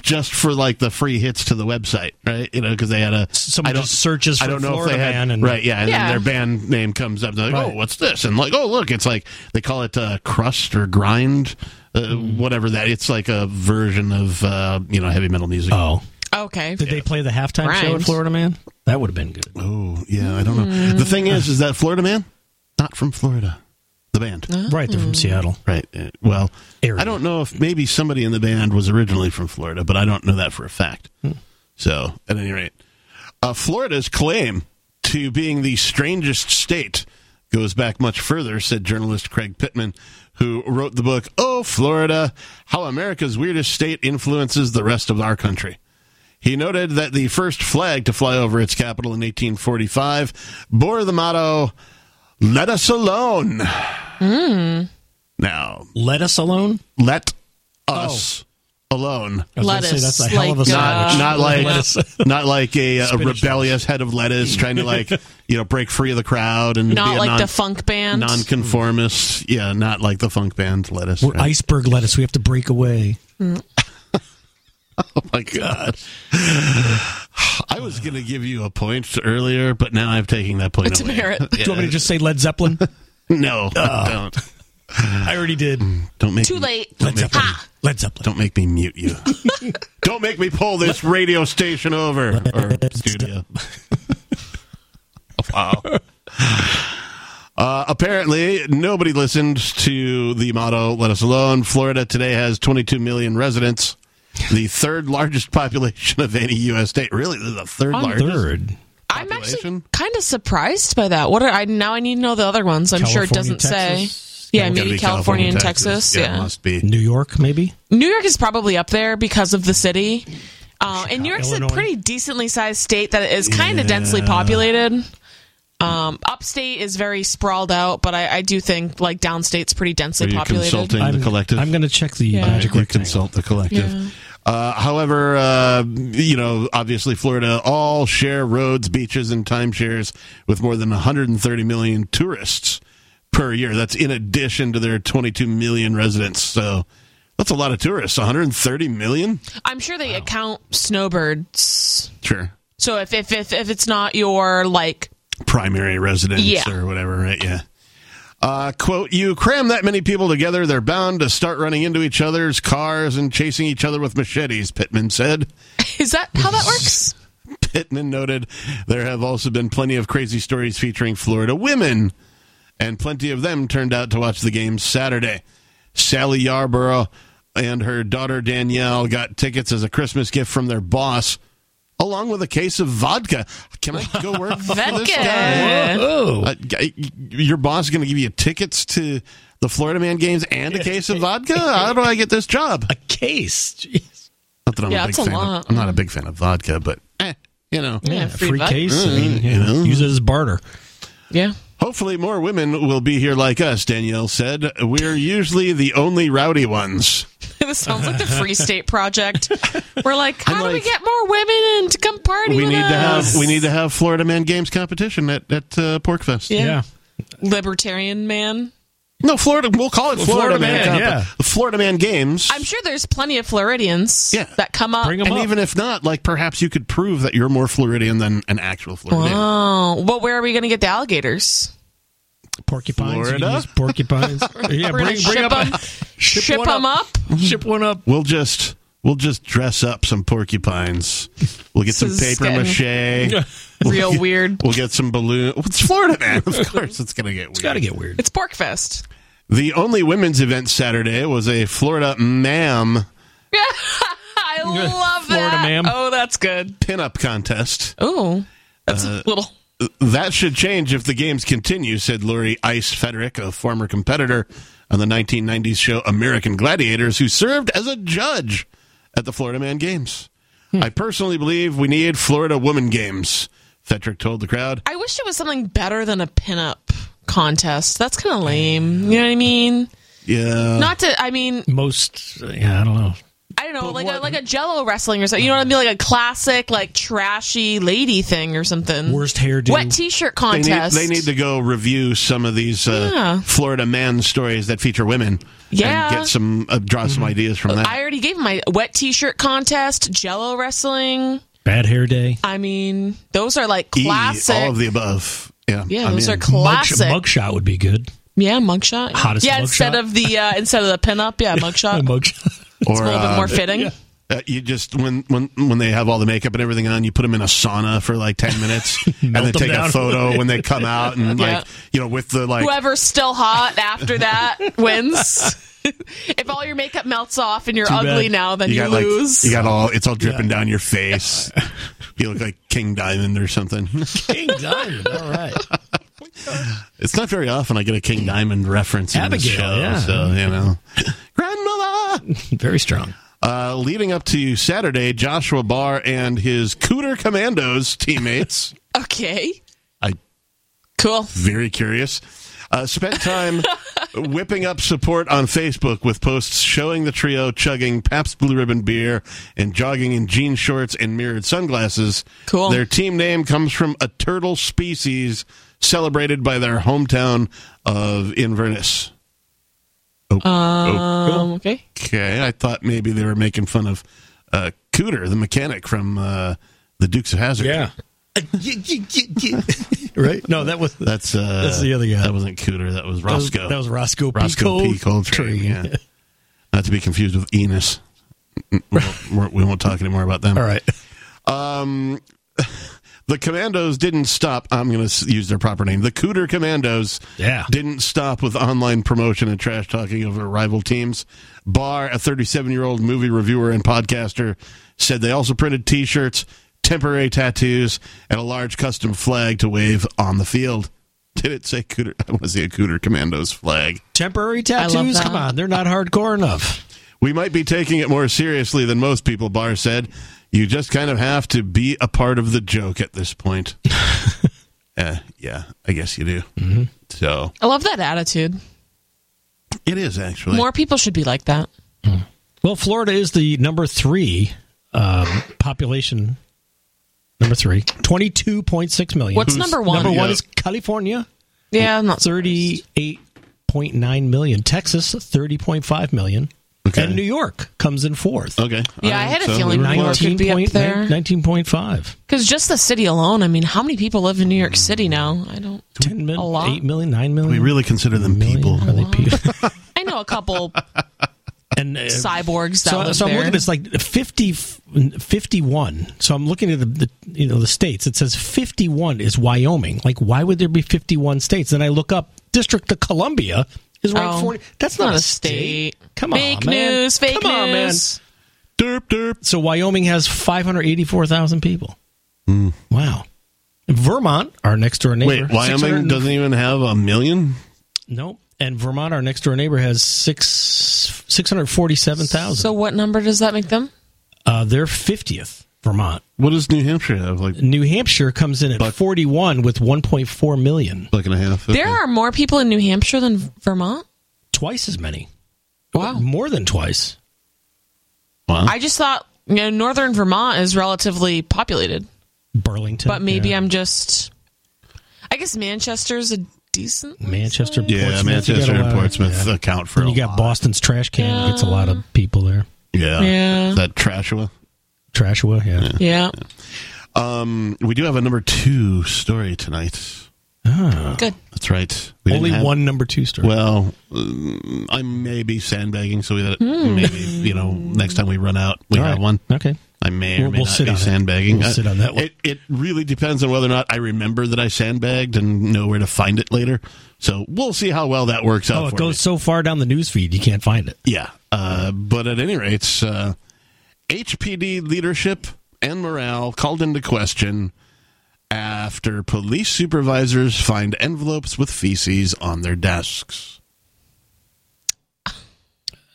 Just for like the free hits to the website, right? You know, because they had a Someone I don't, just searches I for don't know if Florida they had Man and- right, yeah, and Yeah. then their band name comes up. They're like, Right. oh, what's this? And like, oh, look, it's like they call it uh, crust or grind, uh, Hmm. whatever that. It's like a version of uh, you know heavy metal music. Oh, Okay. Did they play the halftime show at Grimes. Florida Man? That would have been good. Oh, yeah, I don't know. The thing is, is that Florida Man, not from Florida, the band. Right, they're from Seattle. Right. uh, Well, I don't know if maybe somebody in the band was originally from Florida, but I don't know that for a fact. Hmm. So, at any rate, uh, Florida's claim to being the strangest state goes back much further, said journalist Craig Pittman, who wrote the book, Oh, Florida How America's Weirdest State Influences the Rest of Our Country. He noted that the first flag to fly over its capital in 1845 bore the motto, Let us alone. Hmm. Now, let us alone. Oh. Let us alone. I was gonna say, Lettuce, that's a hell of a like, not, sandwich. not like Lettuce. not like a, a Spinach rebellious head of lettuce trying (laughs) to like you know break free of the crowd and Not be a like non, the funk band. nonconformist. Yeah, not like the funk band lettuce. We're right? iceberg lettuce. We have to break away. Oh my god! I was gonna give you a point earlier, but now I'm taking that point. It's a away. (laughs) merit. Do you want me to just say Led Zeppelin? No, don't. I Uh, already did. Don't make Too late. Don't make, me, Led Zeppelin. don't make me mute you. (laughs) don't make me pull this radio station over or studio. (laughs) wow. Uh, apparently, nobody listens to the motto "Let us alone." Florida today has 22 million residents, the third largest population of any U.S. state. Really, the third On largest. Third. I'm actually kind of surprised by that. What are I now? I need to know the other ones. I'm sure it California, doesn't Texas. say. Yeah, maybe California, and Texas. Yeah, must be New York, maybe. New York is probably up there because of the city. Uh, and New York's Illinois. a pretty decently sized state that is kind of Yeah. densely populated. Um, upstate is very sprawled out, but I, I do think like downstate's pretty densely populated. I'm- the collective? I'm going to check the Yeah. magic You rectangle. consult the collective. Yeah. Uh, however, uh, you know, obviously, Florida all share roads, beaches, and timeshares with more than 130 million tourists per year. That's in addition to their 22 million residents. So that's a lot of tourists. 130 million? I'm sure they account snowbirds. Sure. So if if if, if it's not your like primary residence Yeah. or whatever, right? Yeah. Uh, quote, you cram that many people together, they're bound to start running into each other's cars and chasing each other with machetes, Pittman said. Is that how that (laughs) works? (laughs) Pittman noted there have also been plenty of crazy stories featuring Florida women, and plenty of them turned out to watch the game Saturday. Sally Yarborough and her daughter Danielle got tickets as a Christmas gift from their boss, along with a case of vodka. Can I go work for this guy? Vodka. Whoa. Uh, g- your boss is going to give you tickets to the Florida Man games and a case of vodka? How do I get this job? A case? Jeez. Not that I'm Yeah, a big that's a fan. lot. Of, I'm not a big fan of vodka, but eh, you know, Yeah, free free vodka. case. I mean, Mm, you know. use it as barter. Yeah. Hopefully, more women will be here like us, Danielle said. We're usually the only rowdy ones. This sounds like the Free State Project. We're like, I'm how do we like- get more women in to come party We with need to us? have we need to have Florida Man Games competition at at uh, Porkfest. Yeah. Yeah. Libertarian man. No, Florida. We'll call it Florida Florida, Man. Man, Comp- yeah. the Florida Man Games. I'm sure there's plenty of Floridians Yeah. that come up. Bring 'em and up. even if not, like perhaps you could prove that you're more Floridian than an actual Floridian. oh, well, where are we going to get the alligators? porcupines. you can Florida? use (laughs) porcupines. yeah, We're going bring, to bring ship up them a, (laughs) ship one Mm-hmm. up. ship one up. We'll just we'll just dress up some porcupines. We'll get some This is paper Yeah. mache. (laughs) We'll Real get- weird. We'll get some balloon. It's Florida Man. (laughs) Of course, it's gonna get weird. It's got to get weird. It's Porkfest. The only women's event Saturday was a Florida ma'am (laughs) I love that. Florida ma'am. Oh, that's good. pinup contest. Uh, Oh, that's a little. That should change if the games continue, said Lori Ice Federick, a former competitor on the 1990s show American Gladiators, who served as a judge at the Florida Man Games. Hmm. I personally believe we need Florida Woman Games, Federick told the crowd. I wish it was something better than a pinup contest. That's kind of lame. You know what I mean? Uh, Yeah. Not to. I mean, Most, yeah, I don't know. I don't know, like a, like a Jello wrestling or something. You know what I mean? Like a classic, like trashy lady thing or something. Worst hairdo. Wet T-shirt they need, contest. they need to go review some of these uh, Yeah. Florida man stories that feature women Yeah. Mm-hmm. and get some uh, draw some ideas from that. I already gave my wet T-shirt contest, Jello wrestling. Bad hair day. I mean, those are like E, classic. all of the above. Yeah, yeah, I'm those in. are Mug- classic. mugshot would be good. yeah, mugshot. Hottest yeah, mugshot. instead of the (laughs) uh, instead of the pinup, yeah, mugshot. mugshot. it's a little bit uh, more fitting. uh, you just when when when they have all the makeup and everything on, you put them in a sauna for like ten minutes, (laughs) and Melt them then take a down. photo when they come out, and Yeah. like you know with the like Whoever's still hot after that (laughs) wins. (laughs) if all your makeup melts off and you're Too bad. ugly now, then you you, got like lose. you got all it's all dripping down (laughs) your face. you look like King Diamond or something. King Diamond. All right. (laughs) It's not very often I get a King Diamond reference in the Abigail, show, yeah. so you know, (laughs) grandmother. (laughs) Very strong. Uh, leading up to Saturday, Joshua Barr and his Cooter Commandos teammates, okay, I (laughs) cool. very curious, uh, (laughs) spent time whipping up support on Facebook with posts showing the trio chugging Pabst Blue Ribbon beer and jogging in jean shorts and mirrored sunglasses. Cool. Their team name comes from a turtle species celebrated by their hometown of Inverness. Oh, Oh, Um, okay. Okay, I thought maybe they were making fun of uh, Cooter, the mechanic from uh, the Dukes of Hazard. (laughs) Yeah. (laughs) right? No, that was that's uh, that's the other guy. That wasn't Cooter. That was That was- Roscoe. that was Roscoe P. Roscoe P. (laughs) Coltrane. Yeah. Not to be confused with Enos. We won't, we're- we won't talk anymore about them. All right. Um, the Commandos didn't stop. I'm going to use their proper name. The Cooter Commandos. Yeah. Didn't stop with online promotion and trash talking over rival teams. Barr, a 37 year old movie reviewer and podcaster, said they also printed t shirts, temporary tattoos, and a large custom flag to wave on the field. Did it say Cooter? (laughs) I want to see a Cooter Commandos flag. Temporary I love tattoos? that. Come on, they're not hardcore enough. We might be taking it more seriously than most people, Barr said. You just kind of have to be a part of the joke at this point. (laughs) uh, yeah, I guess you do. Mm-hmm. So I love that attitude. it is actually. More people should be like that. Well, Florida is the number three um, population. Number three, 22.6 million. What's Who's- number one? Number one Yeah. is California. Yeah, I'm not 38.9 million. Texas, 30.5 million. And New York comes in fourth. Okay. Yeah, I had a feeling New York could be up there. 19.5. Because just the city alone, I mean, how many people live in New York Mm. City now? I don't. 10 million. A lot. 8 million, 9 million. We really consider them people. Are they people? I know a couple (laughs) and uh, cyborgs that so, live so I'm there. looking at it's like 50, 51. So I'm looking at the, the you know the states. It says 51 is Wyoming. Like why would there be 51 states? Then I look up District of Columbia is ranked Oh, 40. That's not, a state. Come on, Fake man. news, fake Come on, man. news. Derp derp. So Wyoming has 584,000 people. Wow. And Vermont, our next door neighbor. Wait, Wyoming 600 doesn't even have a million? Nope. And Vermont, our next door neighbor, has six six hundred forty seven thousand. So what number does that make them? Uh, they're fiftieth, Vermont. What does New Hampshire have? Like New Hampshire comes in at forty one with one point four million. Buck and a half. There are more people in New Hampshire than Vermont. twice as many. Wow, more than twice. Wow. I just thought you know, northern Vermont is relatively populated, Burlington, but maybe yeah. I'm just. I guess Manchester's a decent. Manchester. Yeah, Portsmouth, you Manchester got a and lot of- Portsmouth account for Then a you got Boston's trash can that gets a lot of people there. Yeah. Yeah. Is that Trashua? Trashua, yeah. Yeah. Um, we do have a number two story tonight. Good. That's right. We didn't Oh. Only have- one number two story. Well, um, I may be sandbagging, so that Hmm. maybe you know next time we run out, we All have right. one. Okay. I may We'll- or may we'll not sit be on it. sandbagging. We'll I- sit on that one. (laughs) It, it really depends on whether or not I remember that I sandbagged and know where to find it later. So we'll see how well that works out. oh, for it goes me. so far down the news feed you can't find it. Yeah. Uh, but at any rate, uh, HPD leadership and morale called into question after police supervisors find envelopes with feces on their desks.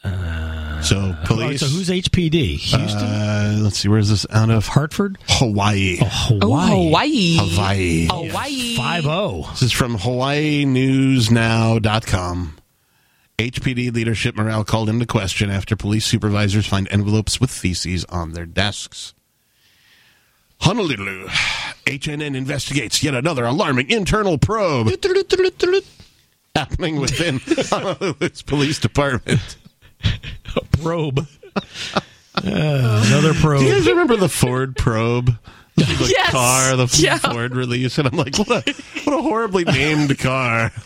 so police. All right, Uh, so who's HPD? Houston, uh, let's see, where's this out of? Oh, Hartford, Hawaii. Hawaii, Oh, Hawaii. Hawaii. Hawaii. five oh. (laughs) zero. This is from HawaiiNewsNow.com. HPD leadership morale called into question after police supervisors find envelopes with feces on their desks. Honolulu. HNN investigates yet another alarming (laughs) internal probe happening within (laughs) Honolulu's police department. probe. Uh, another probe. Do you guys remember the Ford probe? This was The (laughs) Yes. car, the Yeah. Ford release, and I'm like, what a, what a horribly named car. (laughs)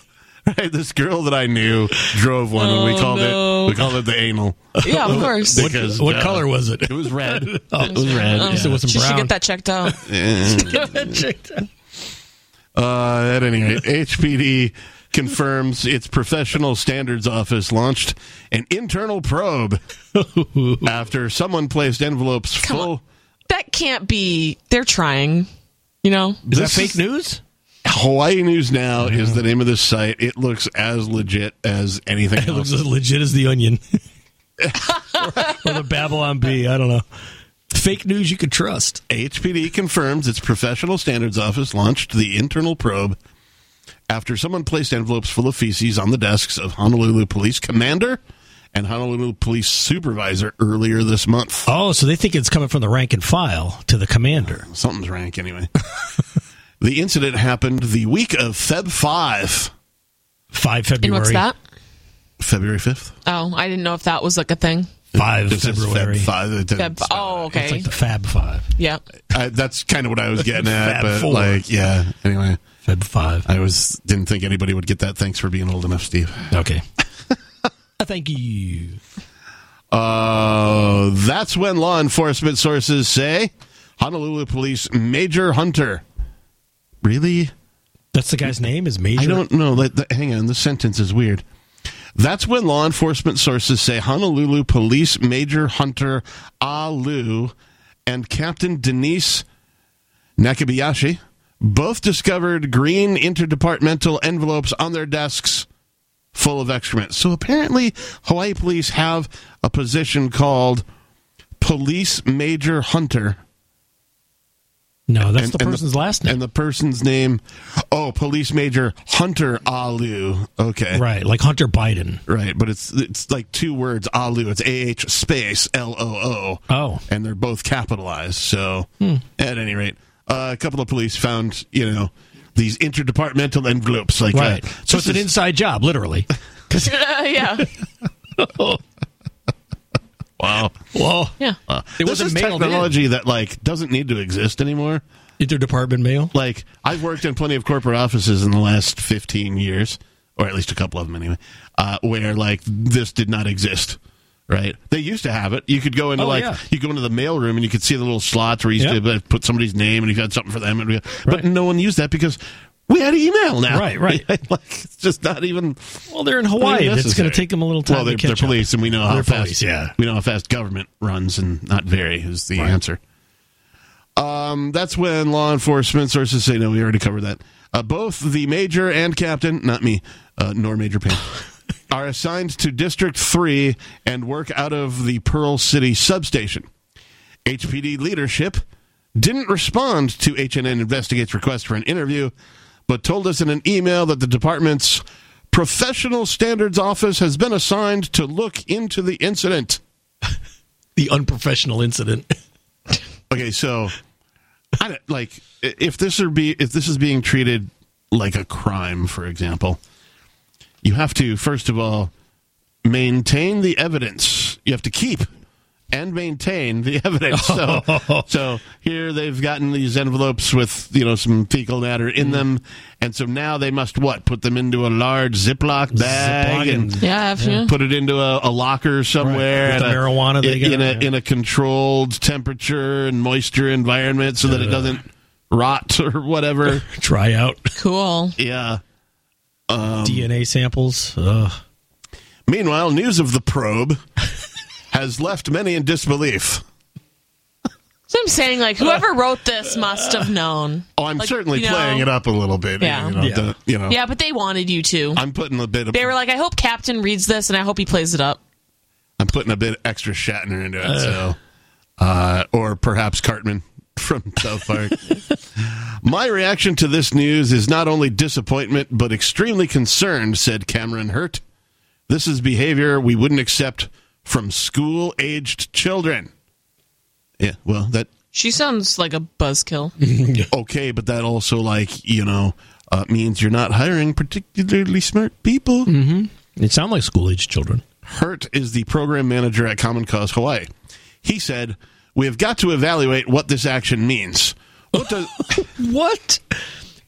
Right, this girl that I knew drove one, and we Oh, called no. it we called it the anal. Yeah, (laughs) of course. What- Because, what uh, color was it? It was red. Oh. It was red. Um, yeah. she should get that checked out. (laughs) Yeah. (laughs) Uh, at any rate, HPD confirms its professional standards office launched an internal probe after someone placed envelopes full. that can't be. They're trying. You know. Is that fake news? Hawaii News Now is the name of this site. It looks as legit as anything (laughs) It looks else. as legit as the Onion (laughs) or, the Babylon Bee. I don't know. Fake news you could trust. HPD confirms its professional standards office launched the internal probe after someone placed envelopes full of feces on the desks of Honolulu police commander and Honolulu police supervisor earlier this month. Oh, so they think it's coming from the rank and file to the commander. (laughs) Something's rank anyway. the incident happened the week of Feb 5. 5 And February. what's that? February 5th. Oh, I didn't know if that was like a thing. Five It says Feb February. five. It doesn't Feb- oh, okay. It's like the Fab Five. yeah. (sighs) I, that's kind of what I (laughs) was getting Fab at, but four. like, yeah. Anyway, Feb five. I was didn't think anybody would get that. Thanks for being old enough, Steve. Okay. Thank you. Uh, that's when law enforcement sources say Honolulu Police Major Hunter. Really? That's the guy's name is Major. I don't know. That, that- hang on, the sentence is weird. That's when law enforcement sources say Honolulu Police Major Hunter Alu and Captain Denise Nakabayashi both discovered green interdepartmental envelopes on their desks full of excrement. So apparently, Hawaii police have a position called Police Major Hunter. No, that's And- the and person's last name. And the person's name, oh, Police Major Hunter Alu. Okay, Right, like Hunter Biden. right, but it's it's like two words, Alu. It's A H space L O O. Oh, and they're both capitalized. So, Hmm. at any rate, uh, a couple of police found you know these interdepartmental envelopes like right. that. So it's an inside job, literally. yeah. wow. Whoa. Yeah. It uh, this wasn't is mailed technology that like doesn't need to exist anymore. Interdepartment mail. Like I've worked in plenty of corporate offices in the last fifteen years, or at least a couple of them anyway, uh, where like this did not exist. Right? They used to have it. You could go into Oh, like yeah. you go into the mail room and you could see the little slots where you used Yep. to uh, put somebody's name and you had something for them. And we, But no one used that because we had email (laughs) now. Right, right. (laughs) like it's just not even. Well, they're in Hawaii. It's going necessary. to take them a little time Well, to they're, catch they're up. police, and we know how They're fast. police, yeah. we know how fast government runs, and not very is the answer. Um, that's when law enforcement sources say, "No, we already covered that." Uh, both the major and captain, not me, uh, nor (laughs) Major Payne, are assigned to District Three and work out of the Pearl City substation. HPD leadership didn't respond to HNN Investigate's request for an interview, but told us in an email that the department's professional standards office has been assigned to look into the incident. (laughs) The unprofessional incident. Okay, so I don't, like i- if this are be if this is being treated like a crime, for example, you have to first of all maintain the evidence. You have to keep and maintain the evidence. (laughs) So, so here they've gotten these envelopes with you know some fecal matter Mm. in them, and so now they must what put them into a large Ziploc bag Ziploc and and- Yeah, if you- put it into a, a locker somewhere With the at a- marijuana they in, got, in a yeah. in a controlled temperature and moisture environment so that it doesn't rot (laughs) or (laughs) whatever. Try (laughs) out Cool. yeah. Um, DNA samples. Ugh. meanwhile, news of the probe (laughs) has left many in disbelief. So I'm saying, like, whoever wrote this must have known. Oh, I'm Like, certainly you know- playing it up a little bit. Yeah. You know, Yeah. the- you know, Yeah, but they wanted you to. I'm putting a bit of They were like, I hope Captain reads this and I hope he plays it up. I'm putting a bit extra Shatner into it. so, uh, or perhaps Cartman from South Park. (laughs) My reaction to this news is not only disappointment but extremely concerned," said Cameron Hurt. "This is behavior we wouldn't accept from school-aged children." Yeah, well, that She sounds like a buzzkill. (laughs) okay, but that also like you know uh, means you're not hiring particularly smart people. Mm-hmm. It sounds like school age children. Hurt is the program manager at Common Cause Hawaii. He said, "We have got to evaluate what this action means. What does (laughs) What?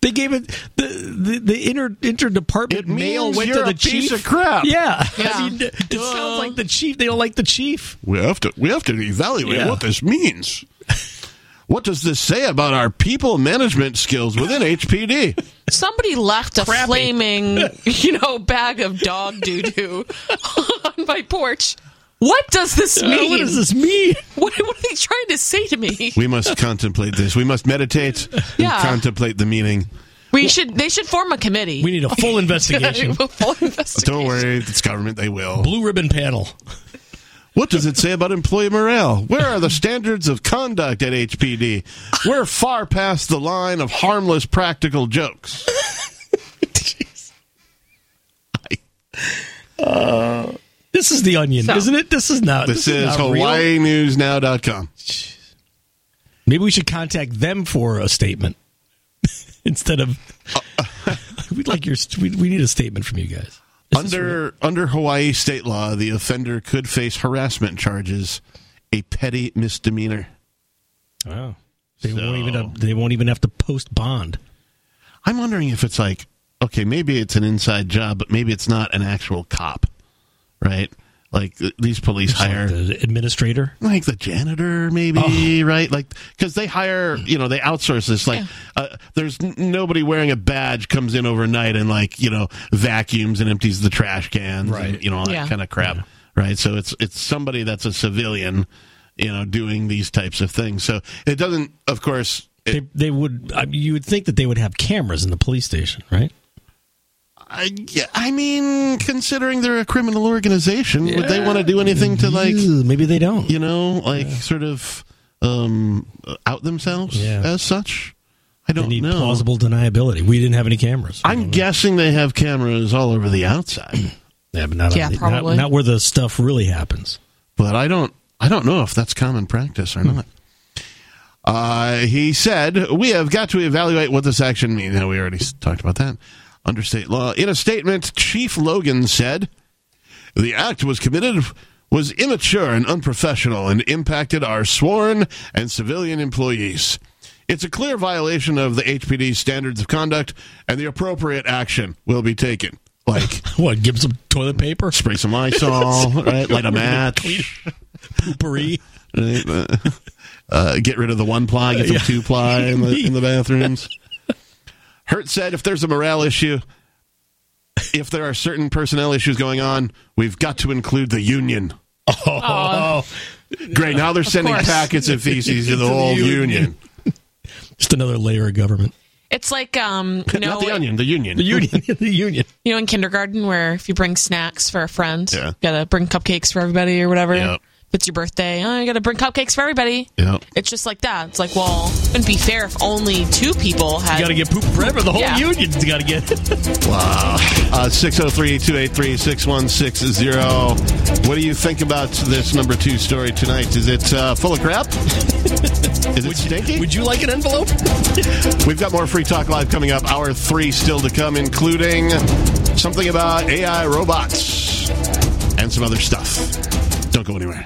They gave it the the, the inter interdepartment It mail means went you're to the a piece chief. of crap. Yeah, Yeah. (laughs) I mean, it sounds like the chief. They don't like the chief. we have to we have to evaluate Yeah. what this means? What does this say about our people management skills within HPD?" Somebody left a Crappy. (laughs) flaming, you know, bag of dog doo doo on my porch. What does this Uh, mean? what does this mean? (laughs) What, what are they trying to say to me? We must contemplate this. We must meditate and Yeah. contemplate the meaning. We should. They should form a committee. We need a (laughs) full investigation. a full investigation. Don't worry, it's government. They will. Blue ribbon panel. What does it say about employee morale? Where are the standards of conduct at HPD? We're far past the line of harmless (laughs) practical jokes. This is the onion, So- isn't it? This is not. This, This, is not real. HawaiiNewsNow.com. Maybe we should contact them for a statement (laughs) Uh, instead of. We'd like your. st- We, we need a statement from you guys. Under under Hawaii state law, the offender could face harassment charges, a petty misdemeanor. Wow. They won't even have, they won't even have to post bond. I'm wondering if it's like, okay, maybe it's an inside job, but maybe it's not an actual cop, right? Like th- these police hire the administrator, Oh. like the janitor, maybe, right? Like because they hire, you know, they outsource this. Like, uh, there's n- nobody wearing a badge comes in overnight and like you know vacuums and empties the trash cans, And, you know, all that Yeah. kind of crap, right? So it's it's somebody that's a civilian, you know, doing these types of things. So it doesn't, of course. it- They, they would. I mean, you would think that they would have cameras in the police station, right? I, yeah, I mean, considering they're a criminal organization, would they want to do anything to like? Maybe they don't. You know, like sort of um, out themselves as such. I don't need know. plausible deniability. We didn't have any cameras. I'm guessing they have cameras all over the outside. Yeah, but not on Yeah, the- not- probably. not where the stuff really happens. Hmm. But I don't. I don't know if that's common practice or not. Uh, he said, We have got to evaluate what this action means. Now, we already s- talked about that under state law. In a statement, Chief Logan said, The act was committed was immature and unprofessional and impacted our sworn and civilian employees. It's a clear violation of the HPD's standards of conduct, and the appropriate action will be taken. Like, (laughs) what? Give some toilet paper? Spray (laughs) some Lysol, right? Light a match. Poopery. Right? Uh, (laughs) uh, get rid of the one ply, get some Yeah. two ply in the, in (laughs) the bathrooms. Hurt said if there's a morale issue, if there are certain personnel issues going on, we've got to include the union. Oh. Great. Now they're Of sending course. packets of feces to To (laughs) the the whole union. union. Just another layer of government. It's like um, you know, Not the onion, the union. The union. (laughs) the union. you know, in kindergarten where if you bring snacks for a friend, Yeah. you gotta bring cupcakes for everybody or whatever. Yep. If it's your birthday, oh, you gotta bring cupcakes for everybody. Yep. It's just like that. It's like, well, it wouldn't be fair if only two people had. You got to get poop forever. The whole Yeah. union's got to get it. Wow. Uh, 603 283 6160. oh. What do you think about this number two story tonight? Is it uh, full of crap? (laughs) Is it stinky? Would you like an envelope? (laughs) We've got more Free Talk Live coming up. Hour three still to come, including something about AI robots and some other stuff. Don't go anywhere.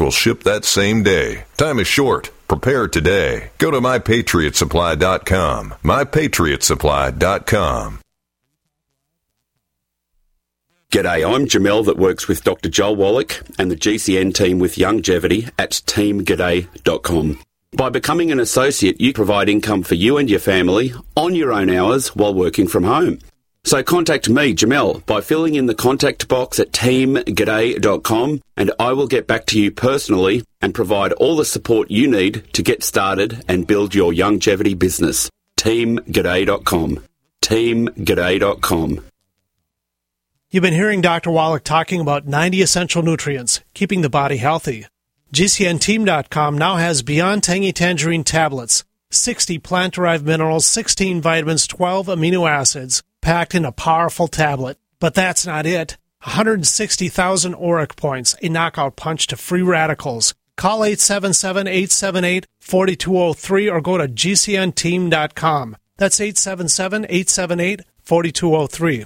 will ship that same day. Time is short. Prepare today. Go to mypatriotsupply.com. Mypatriotsupply.com. G'day, I'm Jamel that works with Dr. Joel Wallach and the GCN team with Longevity at teamg'day.com. By becoming an associate, you provide income for you and your family on your own hours while working from home. So contact me, Jamel, by filling in the contact box at teamg'day.com and I will get back to you personally and provide all the support you need to get started and build your longevity business. teamg'day.com. teamg'day.com. You've been hearing Dr. Wallach talking about 90 essential nutrients, keeping the body healthy. GCNteam.com now has Beyond Tangy Tangerine tablets, 60 plant derived minerals, 16 vitamins, 12 amino acids, packed in a powerful tablet. But that's not it. 160,000 auric points, a knockout punch to free radicals. Call 877 878 4203 or go to GCNteam.com. That's 877 878 4203.